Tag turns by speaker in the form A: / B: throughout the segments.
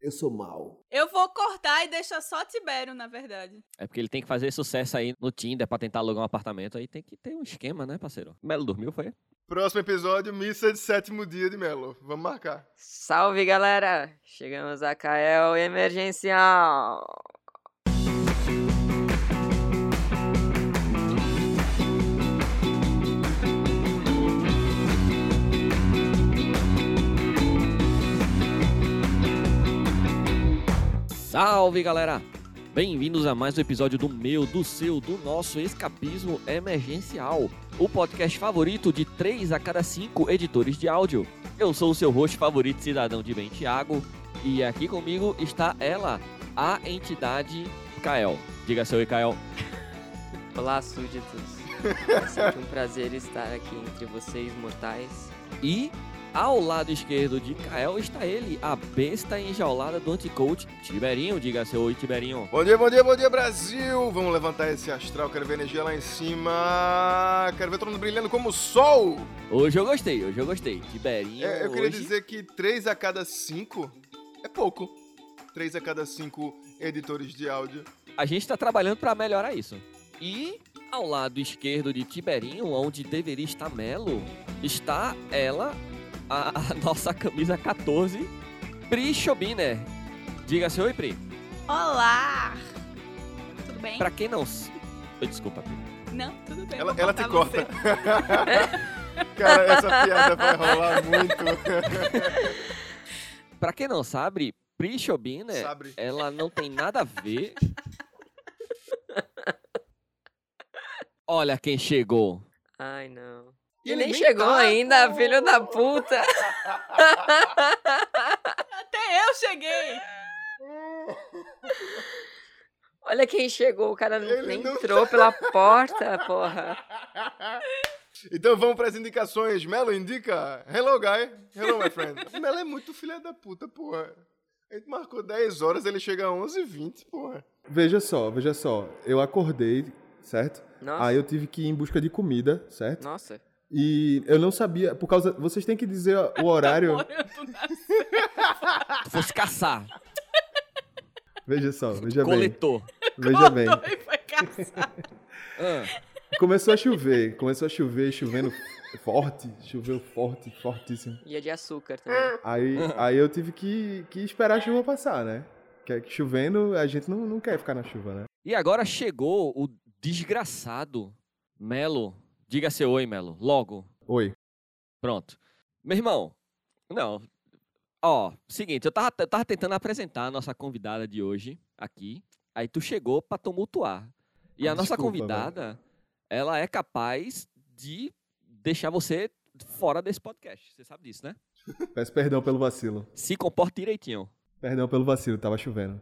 A: Eu sou mal.
B: Eu vou cortar e deixar só Tibério, na verdade.
C: É porque ele tem que fazer sucesso aí no Tinder pra tentar alugar um apartamento. Aí tem que ter um esquema, né, parceiro? Melo dormiu, foi?
D: Próximo episódio, missa de sétimo dia de Melo. Vamos marcar.
E: Salve, galera! Chegamos a Kael Emergencial.
C: Salve, galera! Bem-vindos a mais um episódio do meu, do seu, do nosso Escapismo Emergencial, o podcast favorito de 3 a cada 5 editores de áudio. Eu sou o seu host favorito, cidadão de bem, Thiago, e aqui comigo está ela, a entidade Kael. Diga seu oi, Kael.
E: Olá, súditos. É sempre um prazer estar aqui entre vocês, mortais.
C: E ao lado esquerdo de Kael está ele, a besta enjaulada do anticoach Tiberinho. Diga seu oi, Tiberinho.
D: Bom dia, bom dia, bom dia, Brasil! Vamos levantar esse astral, quero ver energia lá em cima. Quero ver todo mundo brilhando como o sol!
C: Hoje eu gostei, hoje eu gostei. Tiberinho.
D: É, eu queria
C: hoje-
D: dizer que 3 a cada 5 é pouco. 3 a cada 5 editores de áudio.
C: A gente tá trabalhando pra melhorar isso. E ao lado esquerdo de Tiberinho, onde deveria estar Melo, está ela, a, a nossa camisa 14, Pri Schobiner. Diga seu oi, Pri.
B: Olá! Tudo bem?
C: Pra quem não. s- Oi, Desculpa, Pri.
B: Não, tudo bem.
D: Ela,
B: vou
D: ela te
B: cortar você.
D: corta. Cara, essa piada vai rolar muito.
C: Pra quem não sabe, Pri Schobiner,
D: Sabe?
C: ela não tem nada a ver. Olha quem chegou.
E: Ai, não.
D: E
E: E
D: ele
E: nem
D: nem
E: chegou
D: tá,
E: ainda,
D: pô.
E: filho da puta!
B: Até eu cheguei!
E: Olha quem chegou, o cara não-
D: Ele
E: nem
D: não- tá.
E: entrou pela porta, porra.
D: Então vamos para as indicações. Melo indica. Hello, guy. Hello, my friend. Melo é muito filha da puta, porra. A gente marcou 10 horas, ele chega a 11 h 20 porra.
F: Veja só, veja só. Eu acordei, certo?
E: Nossa,
F: Aí eu tive que ir em busca de comida, certo?
E: nossa.
F: E eu não sabia, por causa. Vocês têm que dizer o horário.
B: Morando na-
C: Tu fosse caçar.
F: veja só, veja bem.
C: coletor.
F: Veja bem.
B: Cortou e foi caçar.
C: Ah.
F: Começou a chover, começou a chover, chovendo forte, choveu forte, fortíssimo.
E: E é de açúcar
D: Ah.
E: também.
F: Aí, aí eu tive que, que esperar a chuva passar, né? Que é que chovendo, a gente não, não quer ficar na chuva, né?
C: E agora chegou o desgraçado Melo. Diga seu oi, Melo. Logo.
F: Oi.
C: Pronto. Meu irmão, não. Ó, seguinte, eu tava, eu tava tentando apresentar a nossa convidada de hoje aqui. Aí tu chegou pra tumultuar. E a nossa
F: Ah, Desculpa, velho.
C: convidada, ela é capaz de deixar você fora desse podcast. Você sabe disso, né?
F: Peço perdão pelo vacilo.
C: Se comporta direitinho.
F: Perdão pelo vacilo, tava chovendo.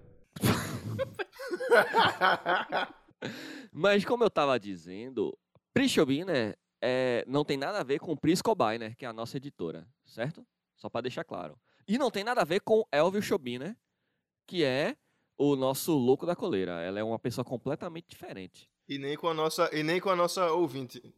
C: Mas como eu tava dizendo, Prishobiner é, não tem nada a ver com Pri Scobiner, que é a nossa editora, certo? Só pra deixar claro. E não tem nada a ver com Elvio Schobiner, que é o nosso louco da coleira. Ela é uma pessoa completamente diferente.
D: E nem com a nossa, e nem com a nossa ouvinte,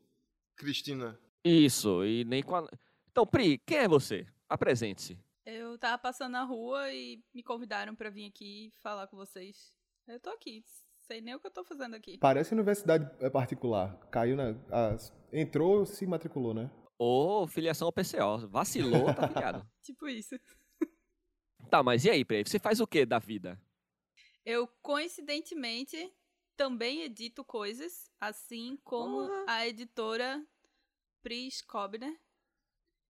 D: Cristina.
C: Isso, e nem com a... Então, Pri, quem é você? Apresente-se.
B: Eu tava passando na rua e me convidaram pra vir aqui falar com vocês. Eu tô aqui, sei nem o que eu tô fazendo aqui.
F: Parece universidade é, particular. Caiu na. ah, entrou, se matriculou, né?
C: Ô, filiação ao PCO. Vacilou, tá filiado.
B: Tipo isso.
C: tá, mas e aí, Pri? Você faz o que da vida?
B: Eu, coincidentemente, também edito coisas, assim como a editora Pri Scobner.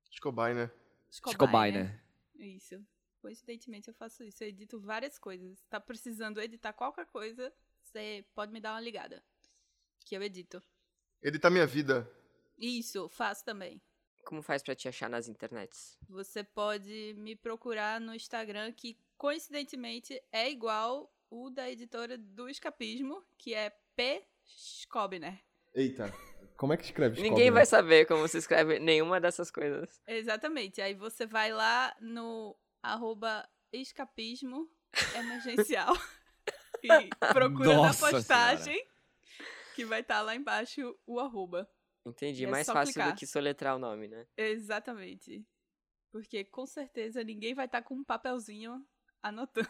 D: Escobai, né?
C: Scobiner.
B: Isso. Coincidentemente eu faço isso. Eu edito várias coisas. Tá precisando editar qualquer coisa, você pode me dar uma ligada. Que eu edito.
D: Editar tá minha vida.
B: Isso, faço também.
E: Como faz pra te achar nas internets?
B: Você pode me procurar no Instagram, que coincidentemente é igual o da editora do Escapismo, que é P. Scobner.
F: Eita. Como é que escreve
E: Ninguém
F: Scobner?
E: vai saber como se escreve nenhuma dessas coisas.
B: Exatamente. Aí você vai lá no arroba escapismo emergencial e procura
C: Nossa
B: na postagem que vai estar lá embaixo o arroba.
E: Entendi,
B: É
E: mais
B: só
E: fácil
B: clicar.
E: do que soletrar o nome, né?
B: Exatamente. Porque com certeza ninguém vai estar com um tá papelzinho anotando.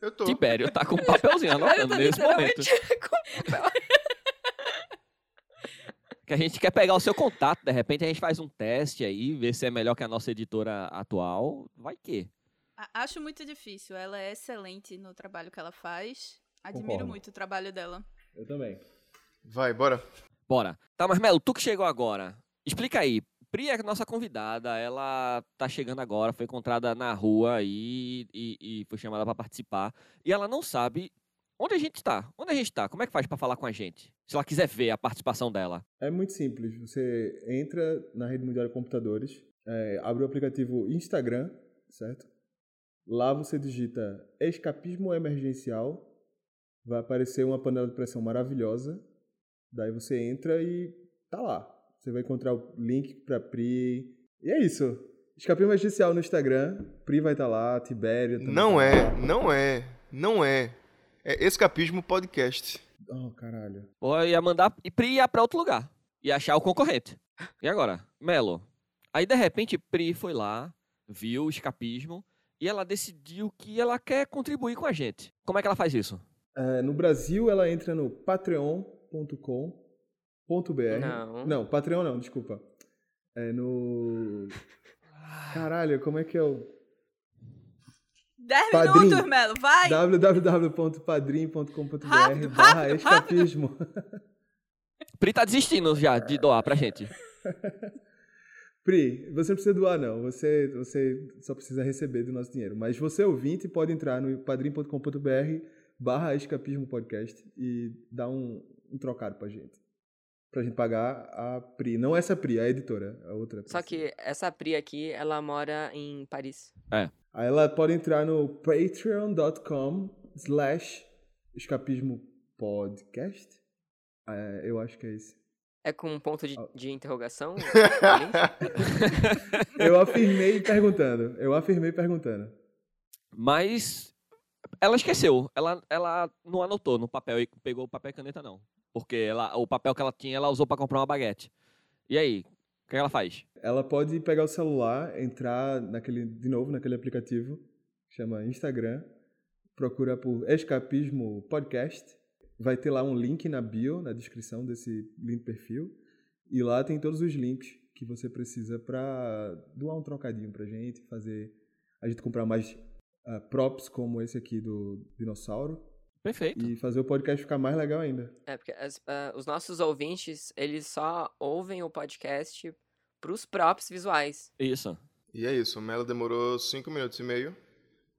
D: Eu tô.
C: Tibério tá com um
D: É,
C: papelzinho anotando nesse momento. Que a gente quer pegar o seu contato, de repente a gente faz um teste aí, ver se é melhor que a nossa editora atual. Vai que.
B: A- Acho muito difícil. Ela é excelente no trabalho que ela faz. Admiro
F: Concordo.
B: muito o trabalho dela.
F: Eu também.
D: Vai, bora.
C: Bora. Tá, mas Melo, tu que chegou agora, explica aí. Pri é a nossa convidada, ela tá chegando agora, foi encontrada na rua aí e, e foi chamada pra participar. E ela não sabe onde a gente tá. Onde a gente tá? Como é que faz pra falar com a gente? Se ela quiser ver a participação dela.
F: É muito simples. Você entra na rede mundial de computadores, é, abre o aplicativo Instagram, certo? Lá você digita escapismo emergencial, vai aparecer uma panela de pressão maravilhosa. Daí você entra e tá lá. Você vai encontrar o link pra Pri. E é isso. Escapismo emergencial no Instagram, Pri vai estar lá, Tibério também.
D: Não
F: tá
D: é,
F: lá.
D: não é, não é. É Escapismo Podcast.
F: Oh, caralho.
C: Ou eu ia mandar e Pri ia pra outro lugar. Ia achar o concorrente. E agora? Melo. Aí de repente Pri foi lá, viu o escapismo e ela decidiu que ela quer contribuir com a gente. Como é que ela faz isso?
F: É, no Brasil, ela entra no patreon.com.br.
E: Não.
F: Não, Patreon não, desculpa. É no. Caralho, como é que é o.
B: 10
F: Padrinho.
B: minutos, Melo. Vai!
F: www.padrim.com.br
B: Rápido,
F: barra
B: rápido,
F: escapismo.
C: Pri tá desistindo já de doar pra gente.
F: Pri, você não precisa doar, não. Você, você só precisa receber do nosso dinheiro. Mas você, ouvinte, pode entrar no padrim.com.br barra escapismo podcast e dar um, um trocado pra gente. Pra gente pagar a Pri. Não essa Pri, a editora. A outra.
E: Só
C: Assim.
F: Pri.
E: que essa Pri aqui, ela mora em Paris.
F: Aí ela pode entrar no patreon.com slash escapismo podcast. É, eu acho que é esse.
E: É com um ponto de,
F: Ah.
E: de interrogação?
F: Eu afirmei perguntando. Eu afirmei perguntando.
C: Mas ela esqueceu. Ela, ela não anotou no papel e pegou o papel e caneta, não. Porque ela, o papel que ela tinha, ela usou pra comprar uma baguete. E aí, o que ela faz?
F: Ela pode pegar o celular, entrar naquele, de novo naquele aplicativo, que chama Instagram, procura por Escapismo Podcast. Vai ter lá um link na bio, na descrição desse link perfil. E lá tem todos os links que você precisa para doar um trocadinho pra gente, fazer a gente comprar mais ah, props como esse aqui do dinossauro
C: Perfeito.
F: e fazer o podcast ficar mais legal ainda.
E: É, porque as- ah, os nossos ouvintes, eles só ouvem o podcast pros props visuais.
C: Isso.
D: E é isso, o Melo demorou 5 minutos e meio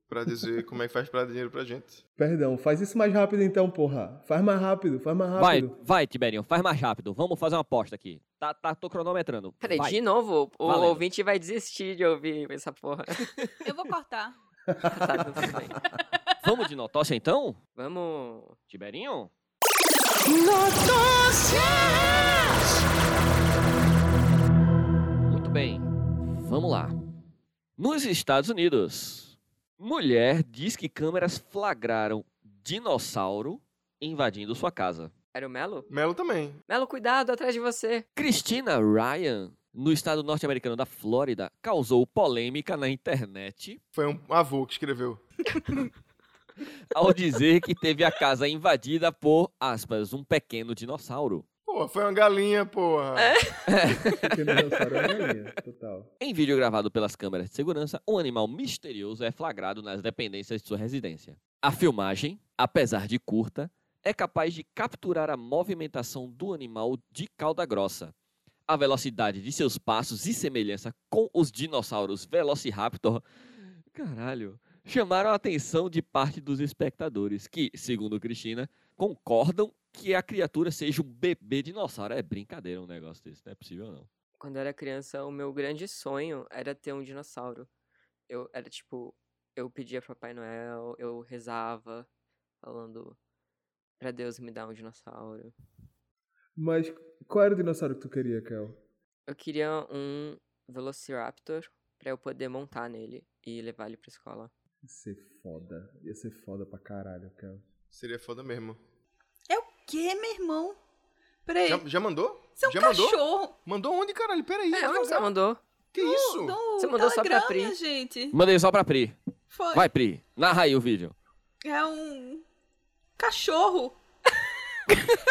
D: pra dizer como é que faz pra dar dinheiro pra gente.
F: Perdão, faz isso mais rápido então, porra. Faz mais rápido, faz mais
C: Vai,
F: rápido.
C: vai, Tiberinho, faz mais rápido. Vamos fazer uma aposta aqui. Tá, tá, tô cronometrando.
E: Peraí,
C: Vai.
E: de novo, o
C: Valendo.
E: ouvinte vai desistir de ouvir essa porra.
B: Eu vou cortar.
E: tá, não, tudo bem.
C: Vamos de notócia então?
E: Vamos.
C: Tiberinho? Notócias! Muito bem, vamos lá. Nos Estados Unidos, mulher diz que câmeras flagraram dinossauro invadindo sua casa.
E: Era o Melo?
D: Melo também.
E: Melo, cuidado, atrás de você.
C: Christina Ryan, no estado norte-americano da Flórida, causou polêmica na internet
D: Foi um avô que escreveu.
C: ao dizer que teve a casa invadida por, aspas, um pequeno dinossauro.
D: Pô, foi uma galinha, porra.
F: Porque dinossauro é uma galinha, total.
C: Em vídeo gravado pelas câmeras de segurança, um animal misterioso é flagrado nas dependências de sua residência. A filmagem, apesar de curta, é capaz de capturar a movimentação do animal de cauda grossa, a velocidade de seus passos e semelhança com os dinossauros Velociraptor. Caralho! Chamaram a atenção de parte dos espectadores, que, segundo Cristina, concordam que a criatura seja um bebê dinossauro. É brincadeira um negócio desse, não é possível não.
E: Quando eu era criança, o meu grande sonho era ter um dinossauro. Eu era tipo, eu pedia pra Papai Noel, eu rezava, falando pra Deus me dar um dinossauro.
F: Mas qual era o dinossauro que tu queria, Kel?
E: Eu queria um Velociraptor pra eu poder montar nele e levar ele pra escola.
F: Ia ser foda. Ia ser foda pra caralho, Kel.
D: Seria foda mesmo.
B: É o quê, meu irmão? Peraí.
D: Já, já mandou?
B: Você é um
D: já mandou?
B: cachorro.
D: Mandou onde, caralho? Peraí.
E: É, onde você
D: devagar.
E: mandou?
D: Que isso?
B: No
E: Você mandou só pra
B: Telegram,
E: Pri.
B: minha um gente.
C: Mandei só pra Pri.
B: Foi.
C: Vai, Pri, narra aí o vídeo.
B: É um cachorro.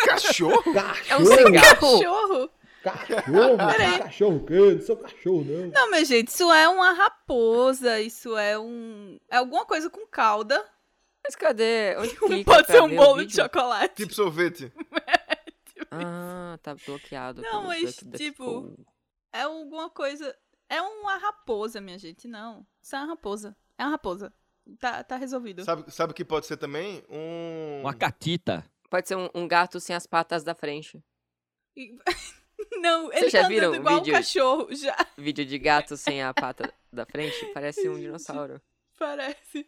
D: Cachorro?
E: É um
F: Cachorro!
E: cigarro!
B: Cachorro?
F: Cachorro!
B: Peraí.
F: Cachorro que? Eu Não sou cachorro, não.
B: Não, meu gente, isso é uma raposa, isso é um. É alguma coisa com cauda.
E: Mas cadê? Onde
B: Não
E: clica
B: pode
E: pra
B: ser um
E: ver tá o
B: bolo de
E: vídeo?
B: chocolate.
D: tipo sorvete.
E: Ah, tá bloqueado.
B: Não,
E: pelo
B: mas,
E: Duck Duck
B: tipo,
E: Go.
B: É alguma coisa. É uma raposa, minha gente. Não. Isso é uma raposa. É uma raposa. Tá, tá resolvido.
D: Sabe, sabe o que pode ser também? Um.
C: Uma catita.
E: Pode ser um, um gato sem as patas da frente.
B: E- Não, ele
E: já
B: tá
E: viram
B: andando igual um
E: vídeos?
B: cachorro. Já
E: Vídeo de gato sem a pata da frente parece um dinossauro.
B: parece.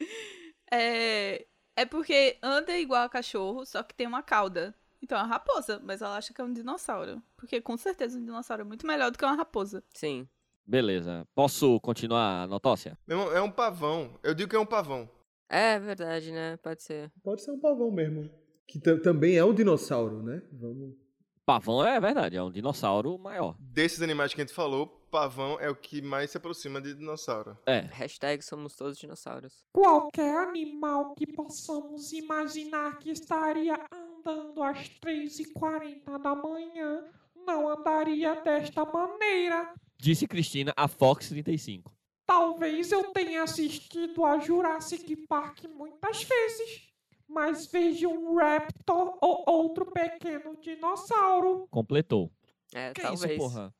B: É, é porque anda igual a cachorro, só que tem uma cauda. Então é uma raposa, mas ela acha que é um dinossauro. Porque com certeza um dinossauro é muito melhor do que uma raposa.
E: Sim.
C: Beleza. Posso continuar a notócia?
D: Meu irmão, É um pavão. Eu digo que é um pavão.
E: É verdade, né? Pode ser.
F: Pode ser um pavão mesmo. Que tam- também é um dinossauro, né? Vamos.
C: Pavão é verdade, é um dinossauro maior.
D: Desses animais que a gente falou, pavão é o que mais se aproxima de dinossauro.
C: É.
E: Hashtag somos todos dinossauros.
A: Qualquer animal que possamos imaginar que estaria andando às 3h40 da manhã não andaria desta maneira.
C: Disse Cristina a Fox 35.
A: Talvez eu tenha assistido a Jurassic Park muitas vezes, mas vejo um raptor ou outro pequeno dinossauro.
C: Completou.
E: É,
C: que
E: talvez.
C: é isso, porra?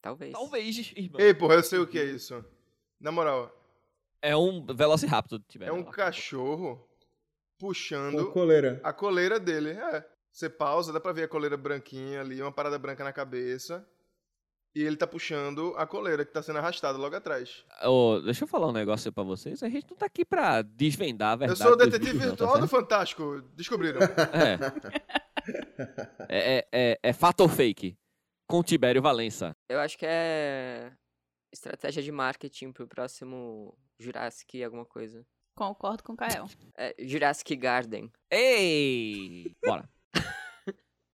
E: Talvez.
C: Talvez, irmão.
D: Ei, porra, eu sei o que
C: Uhum.
D: é isso. Na moral,
C: É um Velociraptor. tiver
D: é um
C: lá.
D: cachorro
F: Uma
D: puxando
F: coleira.
D: a coleira dele. É. Você pausa, dá pra ver a coleira branquinha ali, uma parada branca na cabeça. E ele tá puxando a coleira que tá sendo arrastada logo atrás.
C: Ô, deixa eu falar um negócio pra vocês. A gente não tá aqui pra desvendar a verdade.
D: eu sou o
C: dos
D: detetive
C: vídeos, não, tá
D: virtual do
C: certo?
D: Fantástico. Descobriram.
C: É. É, é, é, é fato ou fake? Com Tibério Valença.
E: Eu acho que é estratégia de marketing pro próximo Jurassic alguma coisa.
B: Concordo com o Kael.
E: É, Jurassic Garden.
C: Ei! Bora.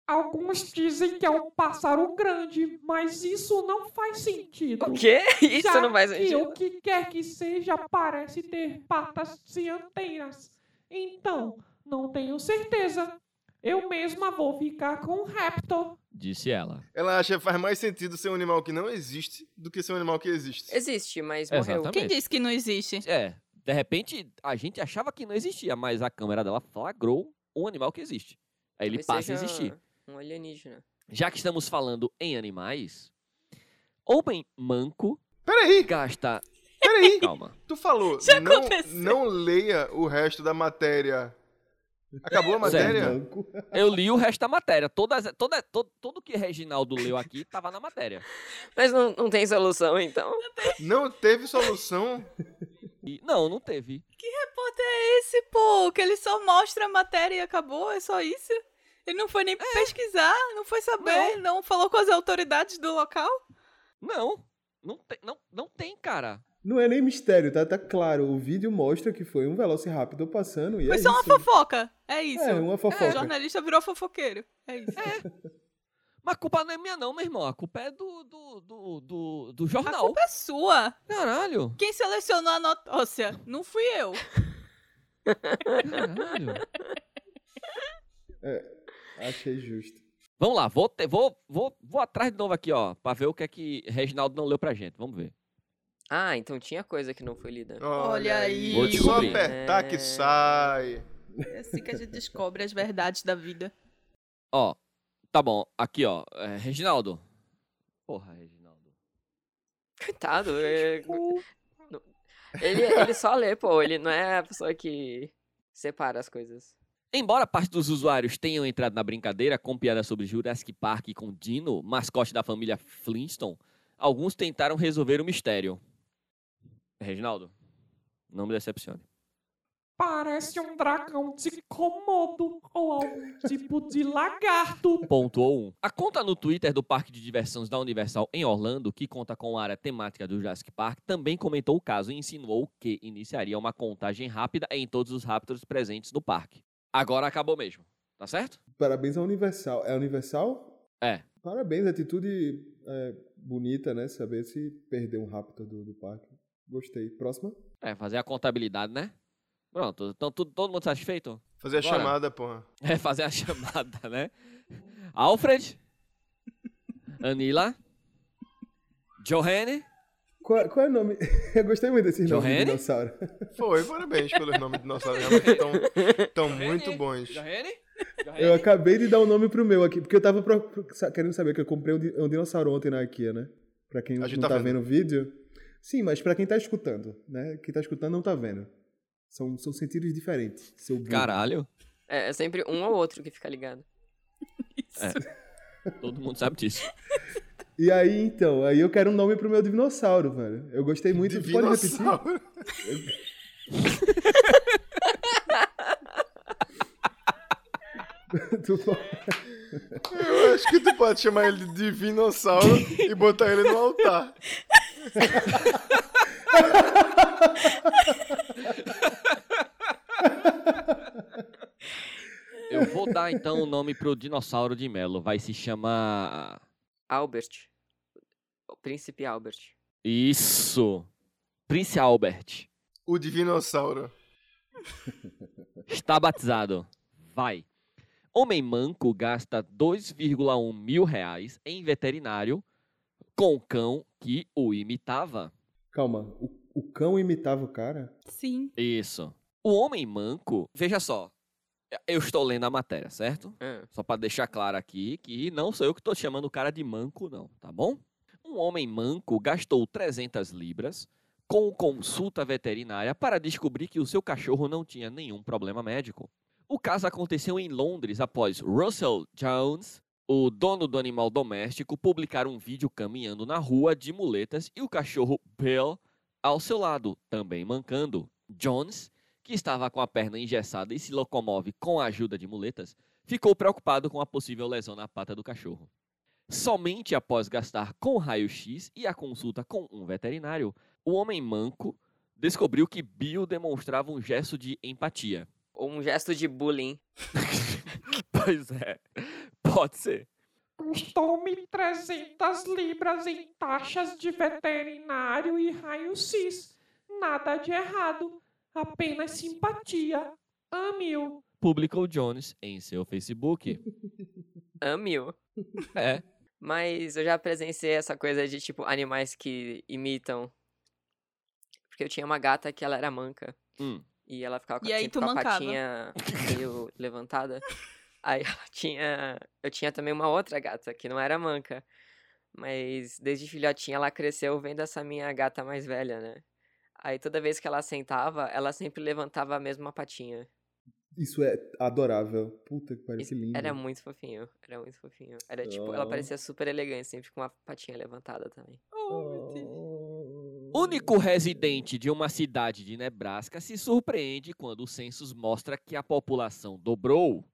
A: Alguns dizem que é um pássaro grande, mas isso não faz sentido.
E: O quê? Isso
A: já
E: não faz
A: que
E: sentido.
A: o que quer que seja parece ter patas dianteiras. Então, não tenho certeza. Eu mesma vou ficar com o Raptor.
C: Disse ela.
D: Ela acha que faz mais sentido ser um animal que não existe do que ser um animal que existe.
E: Existe, mas morreu.
C: Exatamente.
B: Quem disse que não existe?
C: É, de repente a gente achava que não existia, mas a câmera dela flagrou um animal que existe. Aí ele
E: Talvez
C: passa a
E: seja
C: existir.
E: Um alienígena.
C: Já que estamos falando em animais, Homem Manco
D: Peraí,
C: gasta.
D: peraí.
C: Calma.
D: Tu falou,
B: Já
D: não,
B: aconteceu.
D: não leia o resto da matéria. Acabou a
C: Certo.
D: matéria?
F: Banco.
C: Eu li o resto da matéria. Todas, toda, todo, tudo que Reginaldo leu aqui estava na matéria.
E: Mas não, não tem solução, então?
D: Não teve solução.
C: E, não, não teve.
B: repórter é esse, pô? Que ele só mostra a matéria e acabou? É só isso? Ele não foi
F: É.
B: nem pesquisar, não foi saber, não. falou com as autoridades do local?
C: Não. Não, tem- não, não tem, cara.
F: Não é nem mistério, tá? Tá claro. O vídeo mostra que foi um Velociraptor passando e
B: foi
F: é
B: só uma
F: isso.
B: fofoca. É isso.
F: É, uma
B: O
F: fofoca.
B: jornalista virou fofoqueiro. É isso.
C: Mas a culpa não é minha, não, meu irmão. A culpa é do, do, do, do, do
B: A
C: jornal.
B: culpa é sua.
C: Caralho.
B: Quem selecionou a notócia? Não fui eu.
C: Caralho.
F: Achei justo.
C: Vamos lá, vou, te- vou, vou, vou atrás de novo aqui, ó, pra ver o que é que Reginaldo não leu pra gente. Vamos ver.
E: Ah, então tinha coisa que não foi lida.
B: Olha aí.
C: Vou te
D: Só
C: cobrir.
D: apertar que
E: É.
D: sai.
B: É assim que a gente descobre as verdades da vida.
C: Ó, tá bom, aqui, ó. é, Reginaldo. Porra, Reginaldo.
E: Coitado. é-
A: Tipo,
E: Ele, ele só lê, pô. Ele não é a pessoa que separa as coisas.
C: Embora parte dos usuários tenham entrado na brincadeira com piadas sobre Jurassic Park com Dino, mascote da família Flintstone, alguns tentaram resolver o mistério. Reginaldo, não me decepcione.
A: Parece um dragão de Komodo ou algum tipo de lagarto.
C: Pontuou um. A conta no Twitter do Parque de Diversões da Universal em Orlando, que conta com a área temática do Jurassic Park, também comentou o caso e insinuou que iniciaria uma contagem rápida em todos os Raptors presentes no parque. Agora acabou mesmo, tá certo?
F: Parabéns à Universal. É Universal?
C: É.
F: Parabéns, atitude é, bonita, né? Saber se perder um Raptor do, do parque. Gostei. Próxima?
C: É, fazer a contabilidade, né? Pronto, então tudo, todo mundo satisfeito?
D: Fazer a
C: Bora.
D: chamada, porra.
C: É fazer a chamada, né? Alfred? Anila? Johanne?
F: Qual, qual é o nome? Eu gostei muito desses nomes de
C: Johanny?
F: dinossauro.
D: Foi, parabéns pelos nomes de dinossauros. Realmente estão tão muito bons.
C: Johanne?
F: Eu acabei de dar o nome pro meu aqui, porque eu tava pro- pro- sa- querendo saber que eu comprei um, di- um dinossauro ontem na IKEA, né? Pra quem
D: A
F: não
D: gente
F: tá,
D: tá
F: vendo o vídeo. Sim, mas pra quem tá escutando, né? Quem tá escutando não tá vendo. São, são sentidos diferentes. Seu burro.
C: Caralho.
E: É, é sempre um ou outro que fica ligado.
C: Todo mundo sabe disso.
F: E aí, então, aí eu quero um nome pro meu dinossauro, velho. Eu gostei muito. Tu Pode repetir?
D: Divinossauro.
F: Tu pode-
D: Eu acho que tu pode chamar ele de Divinossauro e botar ele no altar.
C: Eu vou dar então o nome pro dinossauro de Melo. Vai se chamar.
E: Albert. O príncipe Albert.
C: Isso! Prince Albert.
D: O Divinossauro.
C: Está batizado. Vai. Homem manco gasta 2,1 mil reais em veterinário com o cão que o imitava.
F: Calma, o, o cão imitava o cara?
B: Sim.
C: Isso. O homem manco, veja só. Eu estou lendo a matéria, certo?
E: Ah,
C: Só para deixar claro aqui que não sou eu que estou chamando o cara de manco, não, tá bom? Um homem manco gastou 300 libras com consulta veterinária para descobrir que o seu cachorro não tinha nenhum problema médico. O caso aconteceu em Londres após Russell Jones, o dono do animal doméstico, publicar um vídeo caminhando na rua de muletas e o cachorro Bill ao seu lado, também mancando. Jones, que estava com a perna engessada e se locomove com a ajuda de muletas, ficou preocupado com a possível lesão na pata do cachorro. Somente após gastar com raio-x e a consulta com um veterinário, o homem manco descobriu que Bill demonstrava um gesto de empatia.
E: Ou um gesto de bullying.
C: pois é, pode ser.
A: Custou-me 300 libras em taxas de veterinário e raio-x. Nada de errado, apenas simpatia. Ame-o.
C: Publicou Jones em seu Facebook.
E: Amil.
C: É,
E: Mas eu já presenciei essa coisa de, tipo, animais que imitam. Porque eu tinha uma gata que ela era manca.
C: Hum.
E: E ela ficava com,
B: E aí
E: sempre
B: tu
E: com a
B: mancava.
E: patinha meio levantada. Aí ela tinha. Eu tinha também uma outra gata que não era manca. Mas desde filhotinha ela cresceu vendo essa minha gata mais velha, né? Aí toda vez que ela sentava, ela sempre levantava a mesma patinha.
F: Isso é adorável. Puta que pariu,
E: Isso
F: que lindo.
E: Era muito fofinho. Era muito fofinho. Era tipo, ela
F: Oh.
E: parecia super elegante, sempre com uma patinha levantada também.
B: Oh, meu Deus.
C: Único residente de uma cidade de Nebraska se surpreende quando o census mostra que a população dobrou.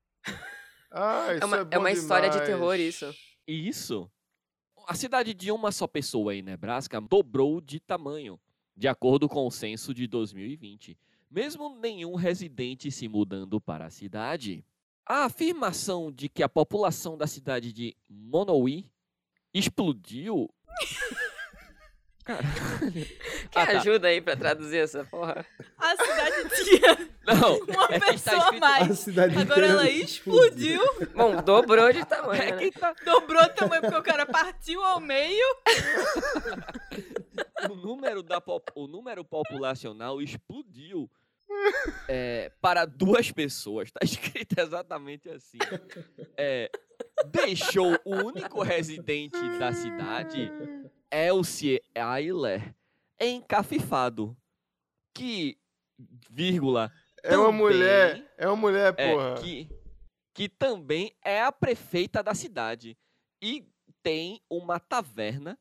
D: Ah, isso é,
E: uma- é
D: bom
E: uma história de
D: demais.
E: terror, isso.
C: Isso. A cidade de uma só pessoa em Nebraska dobrou de tamanho, de acordo com o censo de 2020, mesmo nenhum residente se mudando para a cidade. A afirmação de que a população da cidade de Monowi explodiu. Caralho.
E: Quem
C: Ah, tá.
E: ajuda aí pra traduzir essa porra?
B: A cidade tinha
C: Não,
B: uma
C: é que está
B: pessoa a
C: escrito
F: A
B: mais.
F: cidade
B: Agora
F: inteira
B: ela explodiu,
E: Bom, dobrou de tamanho,
C: É
E: né?
C: que tá-
B: dobrou o tamanho porque o cara partiu ao meio.
C: o, número da pop- o número populacional explodiu é, para duas pessoas. Está escrito exatamente assim. É, deixou o único residente da cidade, Elsie Eiler, encafifado. Que, vírgula,
D: É uma
C: Também.
D: mulher. É uma mulher,
C: é,
D: porra.
C: que, que também é a prefeita da cidade. E tem uma taverna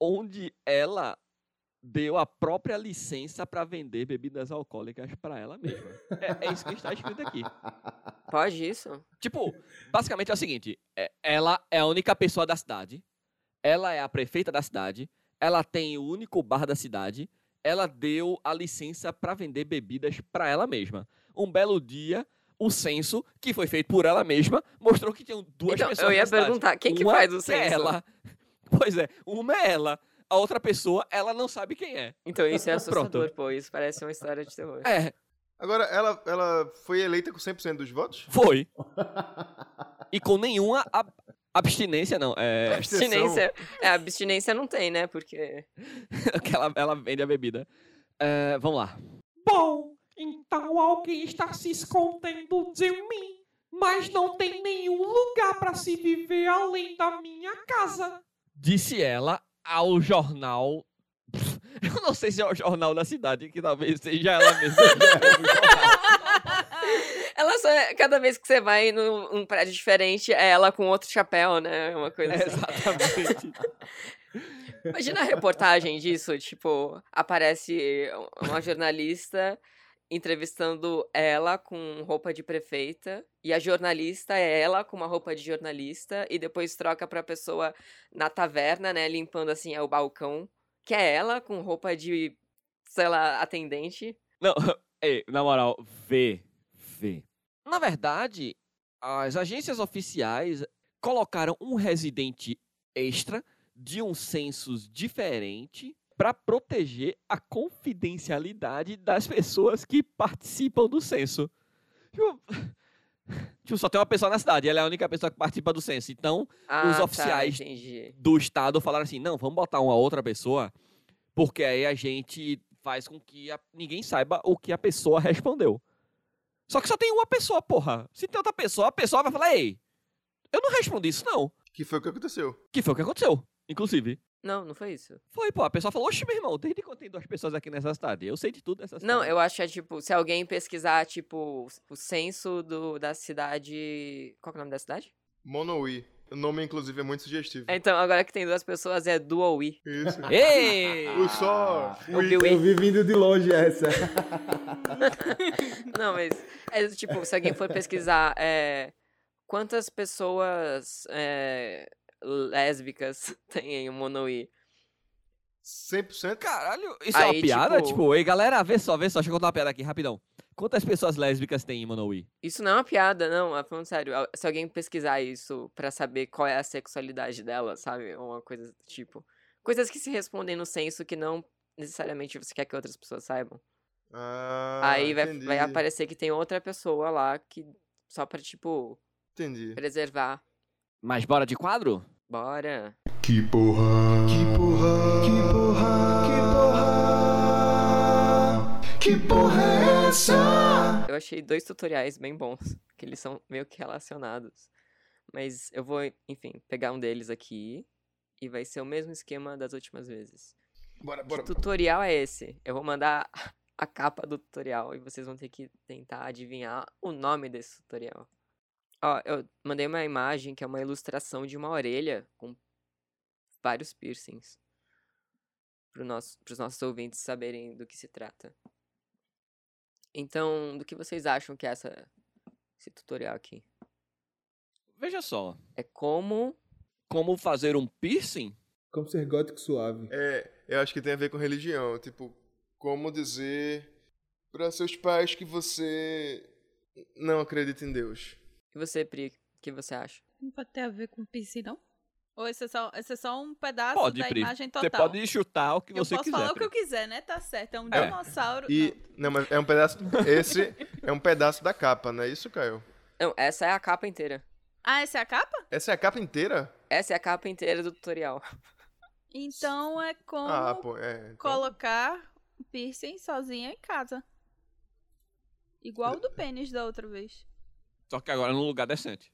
C: onde ela deu a própria licença para vender bebidas alcoólicas para ela mesma. É, é isso que está escrito aqui.
E: Pode isso?
C: Tipo, basicamente é o seguinte: é- ela é a única pessoa da cidade, ela é a prefeita da cidade, ela tem o único bar da cidade, ela deu a licença para vender bebidas para ela mesma. Um belo dia, o censo, que foi feito por ela mesma, mostrou que é tinham duas
E: então,
C: pessoas
E: eu ia
C: na cidade.
E: perguntar, quem que
C: Uma
E: faz o
C: É
E: censo?
C: ela. Pois é, uma é ela, a outra pessoa, ela não sabe quem é.
E: Então isso é
C: Pronto.
E: assustador, pô. Isso parece uma história de terror.
C: É,
D: Agora, ela, ela foi eleita com 100% dos votos?
C: foi. E com nenhuma ab- abstinência, não. É,
D: Abstenção.
E: Abstinência. É, abstinência não tem, né? Porque.
C: que ela, ela vende a bebida. É, vamos lá.
A: Bom, então alguém está se escondendo de mim, mas não tem nenhum lugar para se viver além da minha casa.
C: Disse ela ao jornal. Eu não sei se é o jornal da cidade, que talvez seja ela mesma.
E: Ela só. é- Cada vez que você vai num um prédio diferente, é ela com outro chapéu, né? Uma coisa
C: É,
E: assim.
C: Exatamente.
E: Imagina a reportagem disso, tipo, aparece uma jornalista entrevistando ela com roupa de prefeita e a jornalista é ela com uma roupa de jornalista e depois troca pra pessoa na taverna, né, limpando assim é o balcão, que é ela com roupa de, sei lá, atendente.
C: Não, ei, na moral, vê. Vê. Na verdade, as agências oficiais colocaram um residente extra de um census diferente para proteger a confidencialidade das pessoas que participam do censo. Tipo, tipo, só tem uma pessoa na cidade, ela é a única pessoa que participa do censo. Então,
E: Ah, tá,
C: oficiais.
E: entendi.
C: do Estado falaram assim: não, vamos botar uma outra pessoa, porque aí a gente faz com que a- ninguém saiba o que a pessoa respondeu. Só que só tem uma pessoa, porra. Se tem outra pessoa, a pessoa vai falar: ei, eu não respondi isso, não.
D: Que foi o que aconteceu.
C: Que foi o que aconteceu, inclusive.
E: Não, não foi isso.
C: Foi, pô. A pessoa falou: oxe, meu irmão, desde quando tem duas pessoas aqui nessa cidade? Eu sei de tudo dessa cidade.
E: Não, eu acho que é tipo, se alguém pesquisar, tipo, o censo do, da cidade. Qual que é o nome da cidade?
D: Monoi. O nome, inclusive, é muito sugestivo.
E: Então, agora que tem duas pessoas, é dual Wii.
D: Isso.
C: Ei!
D: O só.
E: Ah. O é.
D: Ui.
E: Bill
F: Eu
E: Wii.
F: vi vindo de longe essa.
E: Não, mas. É, tipo, se alguém for pesquisar é, quantas pessoas é, lésbicas tem em um Monoi?
D: 100%?
C: Caralho, isso é
E: Aí,
C: uma piada?
E: tipo-
C: Tipo... ei, galera, vê só, vê só. Deixa eu contar uma piada aqui, rapidão. Quantas pessoas lésbicas tem em Manowi?
E: Isso não é uma piada, não. é Falando sério, al- se alguém pesquisar isso pra saber qual é a sexualidade dela, sabe? Ou uma coisa do tipo. Coisas que se respondem no senso que não necessariamente você quer que outras pessoas saibam.
D: Ah,
E: Aí vai,
D: entendi.
E: vai aparecer que tem outra pessoa lá que. Só pra, tipo,
D: Entendi.
E: preservar.
C: Mas bora de quadro?
E: Bora.
D: Que porra! Que porra! Que porra! Que porra! Que porra é essa?
E: Eu achei dois tutoriais bem bons, que eles são meio que relacionados. Mas eu vou, enfim, pegar um deles aqui e vai ser o mesmo esquema das últimas vezes.
D: Bora,
E: Que
D: bora.
E: tutorial é esse? Eu vou mandar a capa do tutorial e vocês vão ter que tentar adivinhar o nome desse tutorial. Ó, eu mandei uma imagem que é uma ilustração de uma orelha com vários piercings. Para nosso, os nossos ouvintes saberem do que se trata. Então, do que vocês acham que é essa, esse tutorial aqui?
C: Veja só.
E: É como.
C: Como fazer um piercing?
F: Como ser gótico suave.
D: É, eu acho que tem a ver com religião. Tipo, como dizer para seus pais que você não acredita em Deus?
E: E você, Pri, o que você acha?
G: Não pode ter a ver com PC, não?
B: Ou esse é só, esse é só um pedaço
C: Pode,
B: da
C: Pri.
B: imagem total.
C: Você pode chutar o que
B: eu
C: você
B: posso
C: quiser.
B: falar o
C: Pri.
B: que eu quiser, né? Tá certo. É um
C: É.
B: dinossauro.
D: E.
B: Não.
D: Não, mas é um pedaço. Esse é um pedaço da capa, não é isso, Caio?
E: Não, essa é a capa inteira.
B: Ah, essa é a capa?
D: Essa é a capa inteira?
E: Essa é a capa inteira do tutorial.
B: Então é como
D: Ah, pô, é. então-
B: colocar o piercing sozinha em casa. Igual o do pênis da outra vez.
C: Só que agora num lugar decente.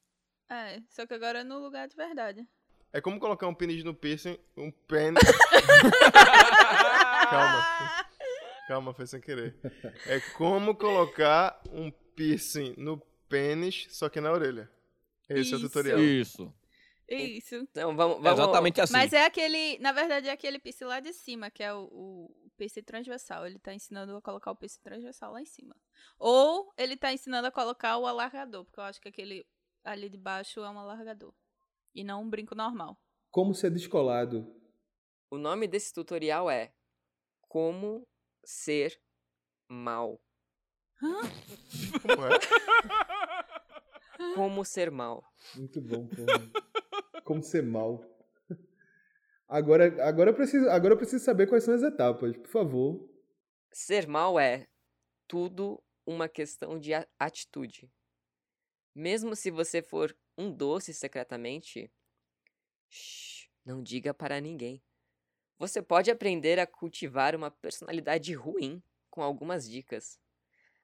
B: É, só que agora é no lugar de verdade.
D: É como colocar um pênis no piercing. Um pênis. Calma.
B: Ah,
D: Calma, foi sem querer. É como colocar um piercing no pênis, só que na orelha. Esse é o
B: Isso.
D: tutorial.
C: Isso.
B: isso.
E: Então vamos,
C: É
E: vamos
C: exatamente assim.
B: Mas é aquele, na verdade, é aquele piercing lá de cima, que é o, o piercing transversal. Ele tá ensinando a colocar o piercing transversal lá em cima. Ou ele tá ensinando a colocar o alargador, porque eu acho que aquele ali de baixo é um alargador. E não um brinco normal.
F: Como ser descolado.
E: O nome desse tutorial é Como Ser Mal.
D: Como é?
E: Como Ser Mal.
F: Muito bom, porra. Como ser mal. Agora, agora, eu preciso, agora eu preciso saber quais são as etapas, por favor.
E: Ser mal é tudo uma questão de a- atitude. Mesmo se você for um doce secretamente, shh, não diga para ninguém. Você pode aprender a cultivar uma personalidade ruim com algumas dicas.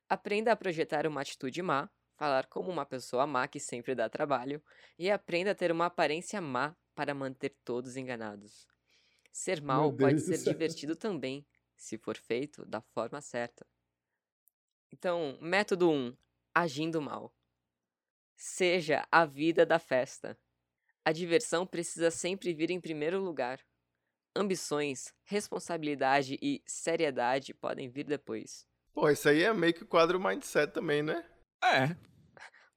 E: Aprenda a projetar uma atitude má, falar como uma pessoa má que sempre dá trabalho, e aprenda a ter uma aparência má para manter todos enganados. Ser mal pode
F: Deus do
E: ser
F: céu.
E: divertido também, se for feito da forma certa. Então, método 1: agindo mal. Seja a vida da festa. A diversão precisa sempre vir em primeiro lugar. Ambições, responsabilidade e seriedade podem vir depois.
D: Pô, isso aí é meio que o quadro mindset também, né?
C: É.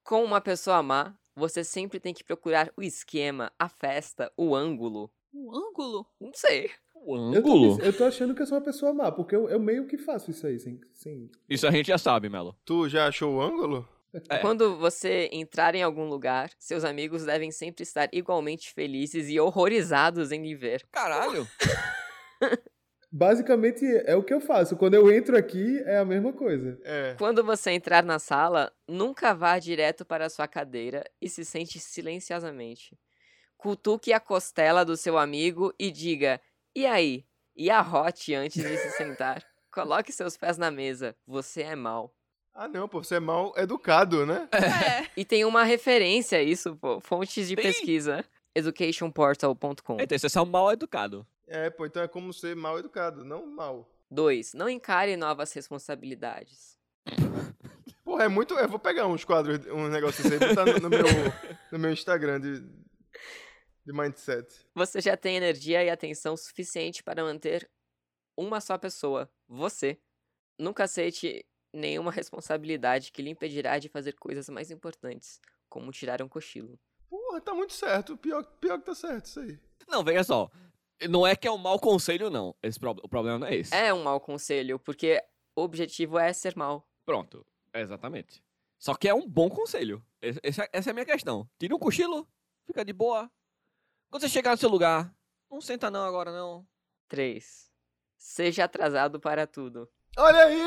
E: Com uma pessoa má, você sempre tem que procurar o esquema, a festa, o ângulo.
B: O Um ângulo?
E: Não sei.
C: O
F: Eu tô,
C: ângulo.
F: pens- eu tô achando que eu sou uma pessoa má, porque eu, eu meio que faço isso aí, sem. sem...
C: Isso a gente já sabe, Melo.
D: Tu já achou o ângulo?
C: É.
E: Quando você entrar em algum lugar, seus amigos devem sempre estar igualmente felizes e horrorizados em lhe ver.
C: Caralho.
F: Basicamente é o que eu faço. Quando eu entro aqui, é a mesma coisa.
D: É.
E: Quando você entrar na sala, nunca vá direto para a sua cadeira e se sente silenciosamente. Cutuque a costela do seu amigo e diga: E aí? E arrote antes de se sentar. Coloque seus pés na mesa. Você é mal.
D: Ah, não, pô, você é mal educado, né?
B: É.
E: E tem uma referência a isso, pô. Fontes de
C: Tem?
E: pesquisa. Educationportal.com.
C: Eita, esse é só mal educado.
D: É, pô, então é como ser mal educado, não mal.
E: 2. Não encare novas responsabilidades.
D: Porra, é muito. Eu vou pegar uns quadros, uns negócios aí e botar no, no meu, no meu Instagram de, de mindset.
E: Você já tem energia e atenção suficiente para manter uma só pessoa, você. Nunca aceite nenhuma responsabilidade que lhe impedirá de fazer coisas mais importantes, como tirar um cochilo.
D: Porra, tá muito certo. Pior, pior que tá certo isso aí.
C: Não, veja só. Não é que é um mau conselho, não. Esse pro- O problema não é esse.
E: É um mau conselho, porque o objetivo é ser mal.
C: Pronto. Exatamente. Só que é um bom conselho. Esse- essa- essa é a minha questão. Tira um cochilo, fica de boa. Quando você chegar no seu lugar, não senta não agora não.
E: 3. Seja atrasado para tudo.
D: Olha aí!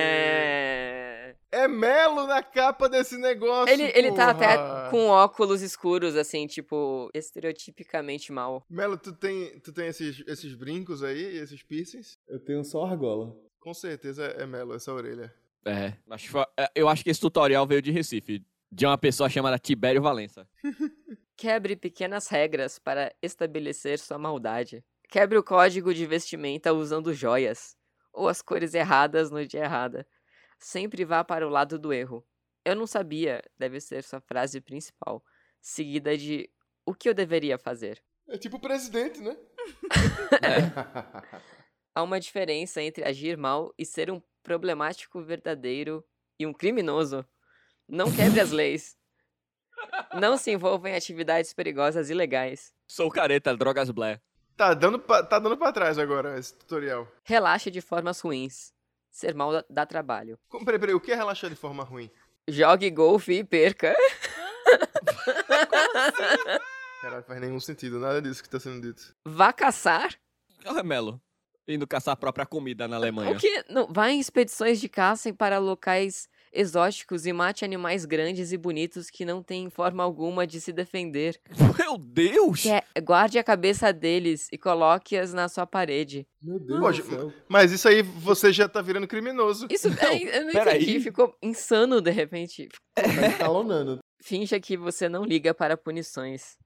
E: É.
D: É Melo na capa desse negócio.
E: Ele, ele tá
D: porra.
E: até com óculos escuros, assim, tipo, estereotipicamente mal.
D: Melo, tu tem, tu tem esses, esses brincos aí, esses piercings?
F: Eu tenho só argola.
D: Com certeza é Melo essa orelha.
C: É. Acho que fa- é, Eu acho que esse tutorial veio de Recife. De uma pessoa chamada Tibério Valença.
E: Quebre pequenas regras para estabelecer sua maldade. Quebre o código de vestimenta usando joias, ou as cores erradas no dia errada. Sempre vá para o lado do erro. Eu não sabia, deve ser sua frase principal, seguida de o que eu deveria fazer.
D: É tipo o presidente, né?
E: Há uma diferença entre agir mal e ser um problemático verdadeiro e um criminoso. Não quebre as leis. Não se envolva em atividades perigosas e legais.
C: Sou careta, drogas blé.
D: Tá dando pra, tá dando pra trás agora esse tutorial.
E: Relaxa de formas ruins. Ser mal dá, dá trabalho.
D: Como- Peraí, peraí, o que é relaxar de forma ruim?
E: Jogue golfe e perca.
D: Caralho, faz nenhum sentido, nada disso que tá sendo dito.
E: Vá caçar?
C: Olha, Melo. Indo caçar a própria comida na Alemanha.
E: O que? Não, vá em expedições de caça e para locais exóticos e mate animais grandes e bonitos que não têm forma alguma de se defender.
C: Meu Deus!
E: Que- é? guarde a cabeça deles e coloque-as na sua parede.
F: Meu Deus
D: Hoje-
F: do céu.
D: Mas isso aí você já tá virando criminoso.
E: Isso
C: Não,
E: é, eu não
C: peraí.
E: entendi, ficou insano de repente.
F: Tá escalonando.
E: Finja que você não liga para punições.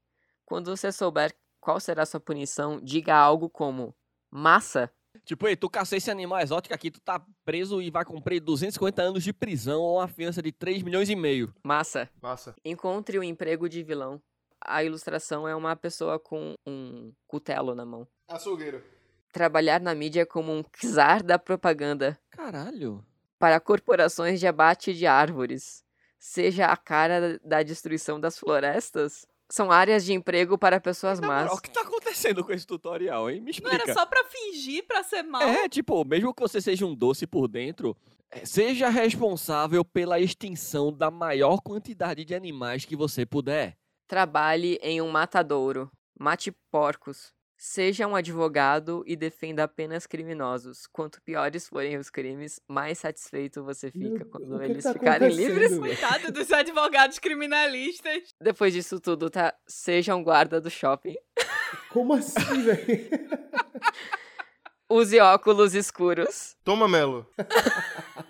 E: Quando você souber qual será sua punição, diga algo como: massa
C: Tipo, ei, tu cacei esse animal exótico aqui, tu tá preso e vai cumprir 250 anos de prisão ou uma fiança de 3 milhões e meio.
E: Massa.
D: Massa.
E: Encontre o emprego de vilão. A ilustração é uma pessoa com um cutelo na mão.
D: Açougueiro.
E: Trabalhar na mídia como um czar da propaganda
C: Caralho.
E: para corporações de abate de árvores. Seja a cara da destruição das florestas. São áreas de emprego para pessoas
C: Na moral,
E: más.
C: o que tá acontecendo com esse tutorial, hein?
B: Não
C: Me explica.
B: era só pra fingir pra ser mal?
C: É, tipo, mesmo que você seja um doce por dentro, é, seja responsável pela extinção da maior quantidade de animais que você puder.
E: Trabalhe em um matadouro. Mate porcos. Seja um advogado e defenda apenas criminosos. Quanto piores forem os crimes, mais satisfeito você
F: Meu
E: fica
F: Deus,
E: quando
F: o que
E: eles
F: tá
E: ficarem livres.
F: acontecendo, velho?
B: Coitado dos advogados criminalistas.
E: Depois disso tudo, tá? Seja um guarda do shopping.
F: Como assim, velho?
E: Use óculos escuros.
D: Toma, Melo.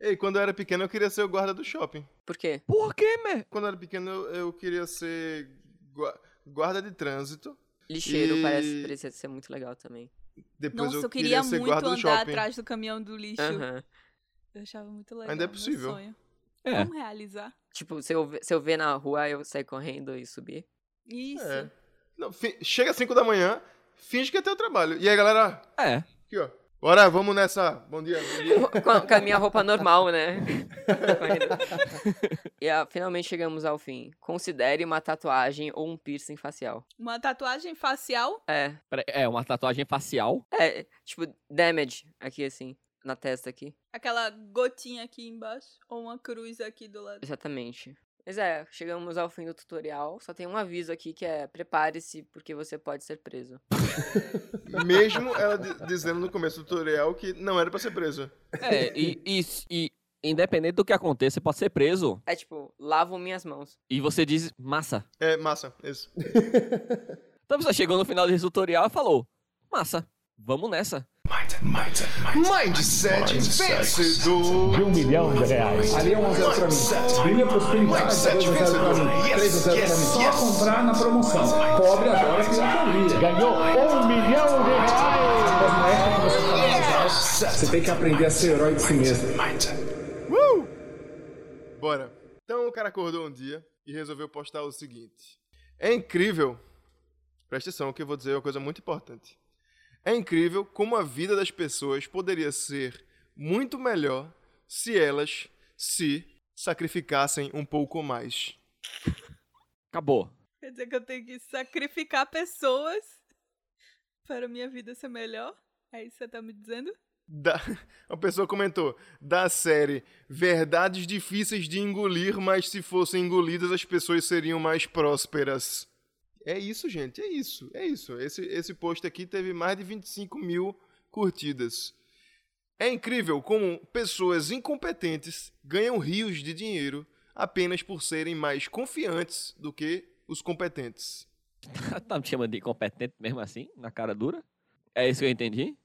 D: Ei, quando eu era pequeno, eu queria ser o guarda do shopping.
E: Por quê?
C: Por quê, man?
D: Quando eu era pequeno, eu, eu queria ser gua- guarda de trânsito.
E: Lixeiro
D: E-
E: parece, parece ser muito legal também.
D: Depois
B: Nossa, eu,
D: eu
B: queria,
D: ser
B: muito
D: guarda do
B: andar
D: shopping.
B: atrás do caminhão do lixo.
E: Aham.
B: Eu achava muito legal.
D: Ainda é
B: meu
D: possível.
B: sonho.
C: É.
B: Vamos realizar.
E: Tipo, se eu, ve- se eu ver na rua, eu sair correndo e subir.
B: Isso.
D: É. Não, fi- Chega às 5 da manhã, finge que é teu trabalho. E aí, galera,
C: É.
D: aqui, ó. Bora, vamos nessa. Bom dia, bom dia.
E: Com, com a- com a minha roupa normal, né? Correndo. e ah, finalmente chegamos ao fim. Considere uma tatuagem ou um piercing facial.
B: Uma tatuagem facial.
E: É,
C: Pera- É, uma tatuagem facial.
E: é, tipo, damage aqui assim, na testa aqui.
B: Aquela gotinha aqui embaixo. Ou uma cruz aqui do lado.
E: Exatamente. Mas é, chegamos ao fim do tutorial. Só tem um aviso aqui que é prepare-se porque você pode ser preso.
D: Mesmo ela di- dizendo no começo do tutorial que não era pra ser preso.
C: É, e, e, e independente do que aconteça, você pode ser preso.
E: É tipo, lavam minhas mãos.
C: E você diz, massa.
D: É, massa, isso.
C: Então a pessoa chegou no final desse tutorial e falou, massa, vamos nessa.
D: Mindset vencedor.
H: de um milhão de reais.
I: Ali é 1 a 0 pra mim. Brilha prosperidade, 2 a 0 pra mim. 3 a 0 pra mim. Só comprar na promoção. Pobre adora que já sabia.
H: Ganhou um milhão de reais.
I: Na época que você tá mais alto, você tem que aprender a ser herói de si mesmo.
D: Bora. Então o cara acordou um dia e resolveu postar o seguinte. É incrível. Presta atenção que eu vou dizer uma coisa muito importante. É incrível como a vida das pessoas poderia ser muito melhor se elas se sacrificassem um pouco mais.
C: Acabou.
B: Quer dizer que eu tenho que sacrificar pessoas para minha vida ser melhor? É isso que você tá me dizendo?
D: Da... A pessoa comentou, da série Verdades difíceis de engolir, mas se fossem engolidas as pessoas seriam mais prósperas. É isso, gente, é isso, é isso. Esse, esse post aqui teve mais de 25 mil curtidas. É incrível como pessoas incompetentes ganham rios de dinheiro apenas por serem mais confiantes do que os competentes.
C: tá me chamando de incompetente mesmo assim, na cara dura? É isso que eu entendi?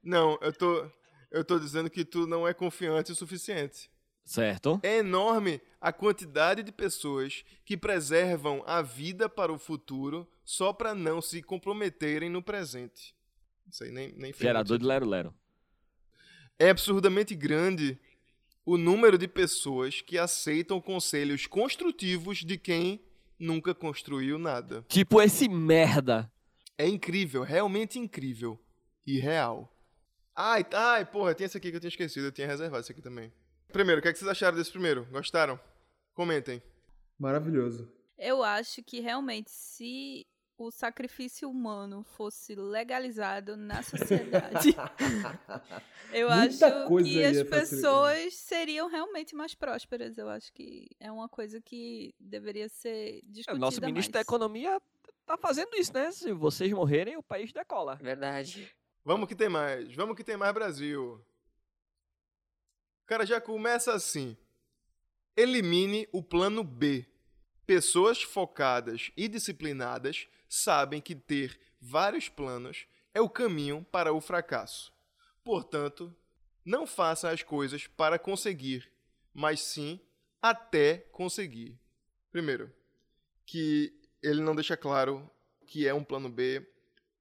D: Não, eu tô, eu tô dizendo que tu não é confiante o suficiente.
C: Certo.
D: É enorme a quantidade de pessoas que preservam a vida para o futuro só para não se comprometerem no presente. Não sei, nem, nem fez
C: Gerador de Lero Lero.
D: é absurdamente grande o número de pessoas que aceitam conselhos construtivos de quem nunca construiu nada.
C: Tipo esse merda.
D: É incrível, realmente incrível e real. Ai, ai, porra, tem esse aqui que eu tinha esquecido, eu tinha reservado esse aqui também. Primeiro, o que, é que vocês acharam desse primeiro? Gostaram? Comentem.
F: Maravilhoso.
B: Eu acho que realmente, se o sacrifício humano fosse legalizado na sociedade, eu
F: Muita
B: acho
F: coisa
B: que as
F: ia facilitar.
B: pessoas seriam realmente mais prósperas. Eu acho que é uma coisa que deveria ser discutida.
C: É, O nosso ministro é da
B: mais.
C: Economia tá fazendo isso, né? Se vocês morrerem, o país decola.
E: É Verdade.
D: Vamos que tem mais, vamos que tem mais Brasil. O cara já começa assim. Elimine o plano B. Pessoas focadas e disciplinadas sabem que ter vários planos é o caminho para o fracasso. Portanto, não faça as coisas para conseguir, mas sim até conseguir. Primeiro, que ele não deixa claro o que é um plano B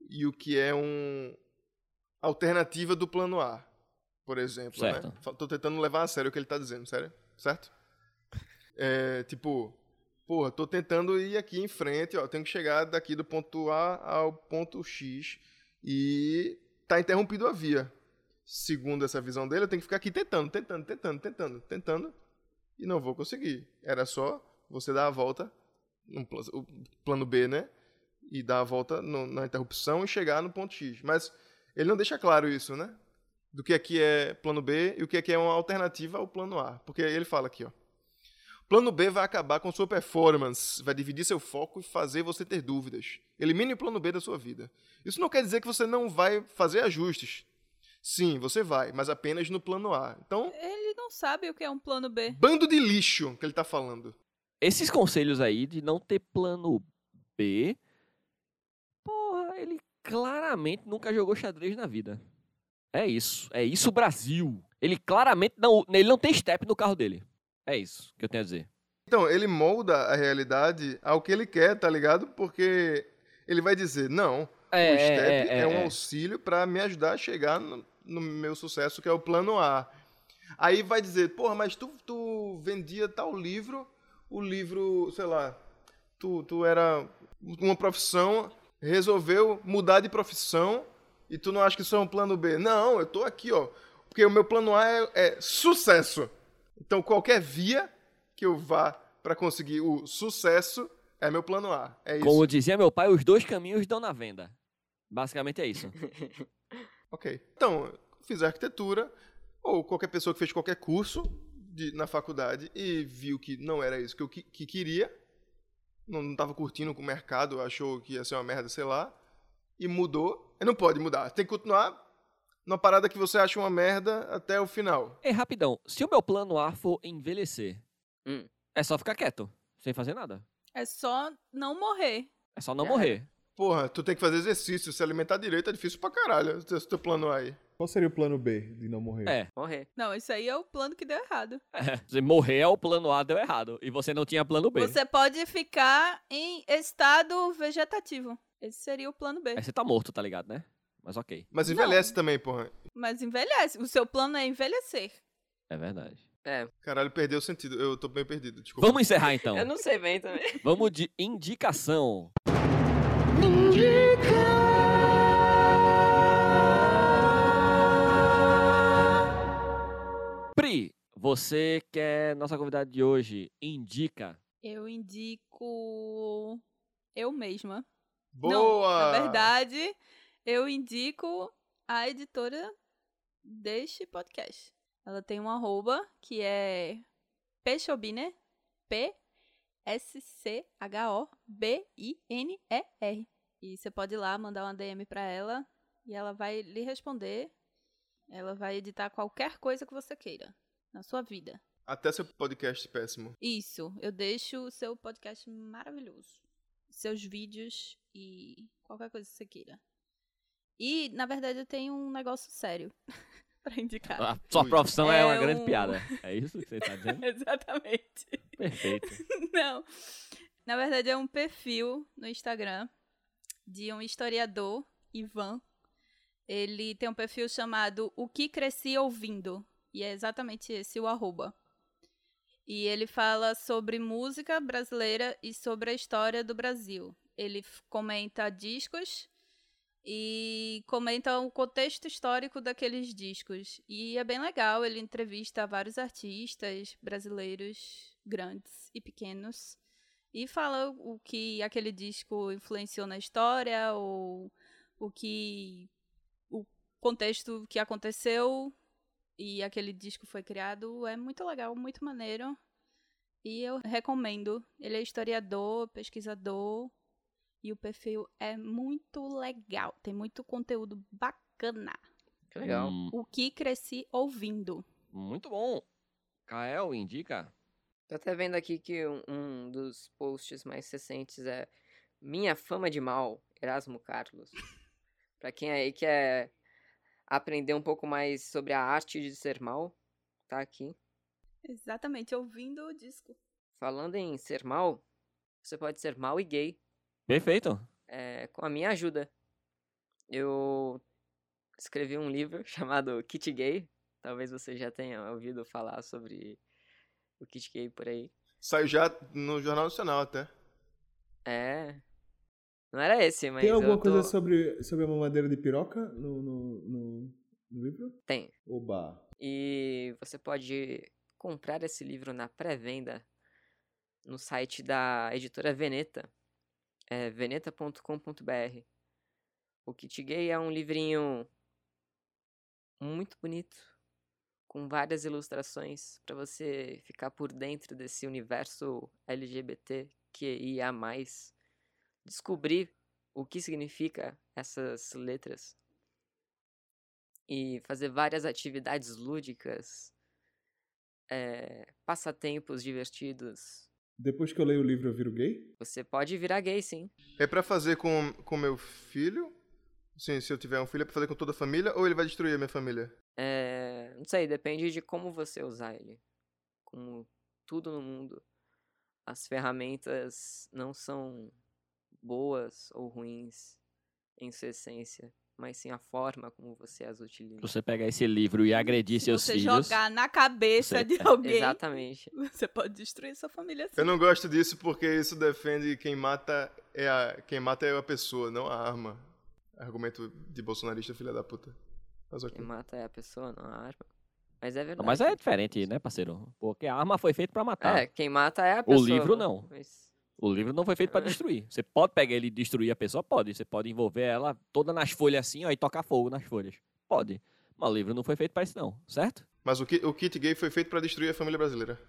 D: e o que é um, alternativa do plano A, por exemplo.
C: Certo.
D: Né? Fa- Tô tentando levar a sério o que ele tá dizendo, sério? Certo? É, tipo, porra, tô tentando ir aqui em frente, ó, tenho que chegar daqui do ponto A ao ponto X e tá interrompido a via. Segundo essa visão dele, eu tenho que ficar aqui tentando, tentando, tentando, tentando, tentando e não vou conseguir. Era só você dar a volta no pl- o plano B, né? E dar a volta no- na interrupção e chegar no ponto X. Mas ele não deixa claro isso, né? é Do que aqui é plano B e o que aqui é uma alternativa ao plano A. Porque ele fala aqui, ó. Plano B vai acabar com sua performance, vai dividir seu foco e fazer você ter dúvidas. Elimine o plano B da sua vida. Isso não quer dizer que você não vai fazer ajustes. Sim, você vai, mas apenas no plano A. Então,
B: Ele não sabe o que é um plano B.
D: bando de lixo que ele tá falando.
C: Esses conselhos aí de não ter plano B. Porra, ele claramente nunca jogou xadrez na vida. É isso. É isso, Brasil. Ele claramente não. Ele não tem step no carro dele. É isso que eu tenho a dizer.
D: Então, ele molda a realidade ao que ele quer, tá ligado? Porque ele vai dizer, não, o step é, um auxílio pra me ajudar a chegar no, no meu sucesso, que é o plano A. Aí vai dizer, porra, mas tu, tu vendia tal livro, o livro, sei lá, tu, tu era uma profissão, resolveu mudar de profissão e tu não acha que isso é um plano B. Não, eu tô aqui, ó, porque o meu plano A é, é sucesso. Então qualquer via que eu vá pra conseguir o sucesso é meu plano A. É isso.
C: Como dizia meu pai, os dois caminhos dão na venda. Basicamente é isso.
D: Ok. Então, eu fiz arquitetura, ou qualquer pessoa que fez qualquer curso de- na faculdade e viu que não era isso que eu que, que queria, não, não tava curtindo com o mercado, achou que ia ser uma merda, sei lá, e mudou. E Não pode mudar, tem que continuar numa parada que você acha uma merda até o final.
C: Ei, rapidão. Se o meu plano A for envelhecer,
E: Hum.
C: é só ficar quieto, sem fazer nada.
B: É só não morrer.
C: É só não
E: Já
C: morrer.
D: Porra, tu tem que fazer exercício, se alimentar direito é difícil pra caralho, esse teu plano aí.
F: Qual seria o plano B de não morrer?
C: É.
E: Morrer.
B: Não, isso aí é o plano que deu errado.
C: Se morrer é o plano A, deu errado. E você não tinha plano B.
B: Você pode ficar em estado vegetativo. Esse seria o plano B.
C: Aí você tá morto, tá ligado, né? Mas ok.
D: Mas envelhece também, porra.
B: Mas envelhece. O seu plano é envelhecer.
C: É verdade.
E: É.
D: Caralho, perdeu o sentido, eu tô bem perdido, desculpa.
C: Vamos encerrar então.
E: Eu não sei bem também.
C: Vamos de indicação. Pri, você que é nossa convidada de hoje, indica.
B: Eu indico eu mesma.
D: Boa!
B: Não, na verdade, eu indico a editora deste podcast. Ela tem um arroba que é Peixobiner, P S C H O B I N E R. E você pode ir lá mandar uma DM pra ela e ela vai lhe responder. Ela vai editar qualquer coisa que você queira na sua vida.
D: Até seu podcast péssimo.
B: Isso, eu deixo o seu podcast maravilhoso. Seus vídeos e qualquer coisa que você queira. E, na verdade, eu tenho um negócio sério pra indicar.
C: A sua
D: Ui.
C: profissão é,
B: É
C: uma grande
B: um-
C: piada. É isso que você tá dizendo?
B: Exatamente.
C: Perfeito.
B: Não. Na verdade, é um perfil no Instagram de um historiador, Ivan. Ele tem um perfil chamado O que Cresci Ouvindo. E é exatamente esse o arroba. E ele fala sobre música brasileira e sobre a história do Brasil. Ele f- comenta discos e comenta o contexto histórico daqueles discos. E é bem legal, ele entrevista vários artistas brasileiros, grandes e pequenos, e fala o que aquele disco influenciou na história, ou o que. o contexto que aconteceu e aquele disco foi criado. É muito legal, muito maneiro. E eu recomendo. Ele é historiador, pesquisador, e o perfil é muito legal. Tem muito conteúdo bacana.
E: Que legal.
C: Hum,
B: O que cresci ouvindo.
C: muito bom. Kael, indica.
E: Tô até vendo aqui que um, um dos posts mais recentes é Minha Fama de Mal, Erasmo Carlos. pra quem aí quer aprender um pouco mais sobre a arte de ser mal, tá aqui.
B: Exatamente, ouvindo o disco.
E: Falando em ser mal, você pode ser mal e gay
C: Perfeito.
E: é, com a minha ajuda. Eu escrevi um livro chamado Kit Gay. Talvez você já tenha ouvido falar sobre o Kit Gay por aí.
D: Saiu já no Jornal Nacional até.
E: É. Não era esse, É, mas.
F: Tem alguma
E: eu tô...
F: coisa sobre, sobre a mamadeira de piroca no, no, no, no livro?
E: Tem.
F: Oba.
E: E você pode comprar esse livro na pré-venda no site da editora Veneta, é veneta.com.br. O Kit Gay é um livrinho muito bonito, com várias ilustrações para você ficar por dentro desse universo LGBT QIA+, descobrir o que significa essas letras e fazer várias atividades lúdicas, eh, passatempos divertidos.
F: Depois que eu leio o livro, eu viro gay?
E: Você pode virar gay, sim.
D: É pra fazer com com meu filho? Sim, se eu tiver um filho, é pra fazer com toda a família? Ou ele vai destruir a minha família?
E: É, não sei, depende de como você usar ele. Como tudo no mundo, as ferramentas não são boas ou ruins em sua essência, mas sim a forma como você as utiliza.
C: Você pegar esse livro e agredir
B: Se
C: seus
B: você
C: filhos.
B: jogar na cabeça
C: Você-
B: de alguém,
E: Exatamente.
B: você pode destruir sua família assim.
D: Eu não gosto disso porque isso defende quem mata é a quem mata é a pessoa, não a arma. Argumento de bolsonarista filha da puta. Mas ok.
E: Quem mata é a pessoa, não a arma. Mas é verdade.
C: Mas é diferente, né, parceiro? Porque a arma foi feita pra matar.
E: É, quem mata é a pessoa.
C: Ah. livro
E: né?
C: não.
E: Mas-
C: O livro não foi feito
E: É.
C: pra destruir. Você pode pegar ele e destruir a pessoa? Pode. Você pode envolver ela toda nas folhas assim, ó, e tocar fogo nas folhas. Pode. Mas o livro não foi feito pra isso, não, certo?
D: Mas o, ki- o kit gay foi feito pra destruir a família brasileira.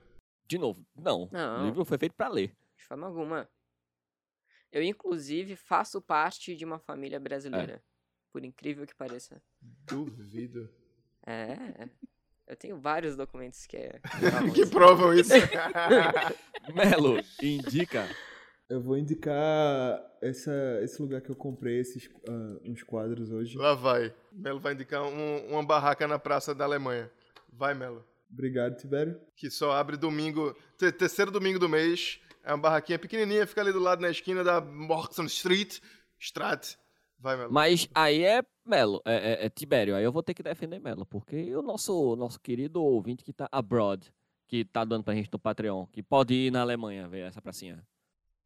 C: De novo, não. O
E: Não.
C: livro foi feito pra ler.
E: De forma alguma. Eu, inclusive, faço parte de uma
C: É.
E: família brasileira. Por incrível que pareça.
D: Duvido.
E: É. Eu tenho vários documentos que é.
D: que provam isso.
C: Tá Melo, indica.
F: Eu vou indicar essa, esse lugar que eu comprei esses, ah, uns quadros hoje.
D: Lá vai. Melo vai indicar um- uma barraca na praça da Alemanha. Vai, Melo.
F: Obrigado, Tibério.
D: Que só abre domingo, te- terceiro domingo do mês. É uma barraquinha pequenininha, fica ali do lado na esquina da Morrison Street. Strat. Vai, Melo.
C: Mas aí é Melo, é, é- é Tibério. Aí eu vou ter que defender Melo, porque o nosso, nosso querido ouvinte que tá abroad, que tá dando pra gente no Patreon, que pode ir na Alemanha ver essa pracinha.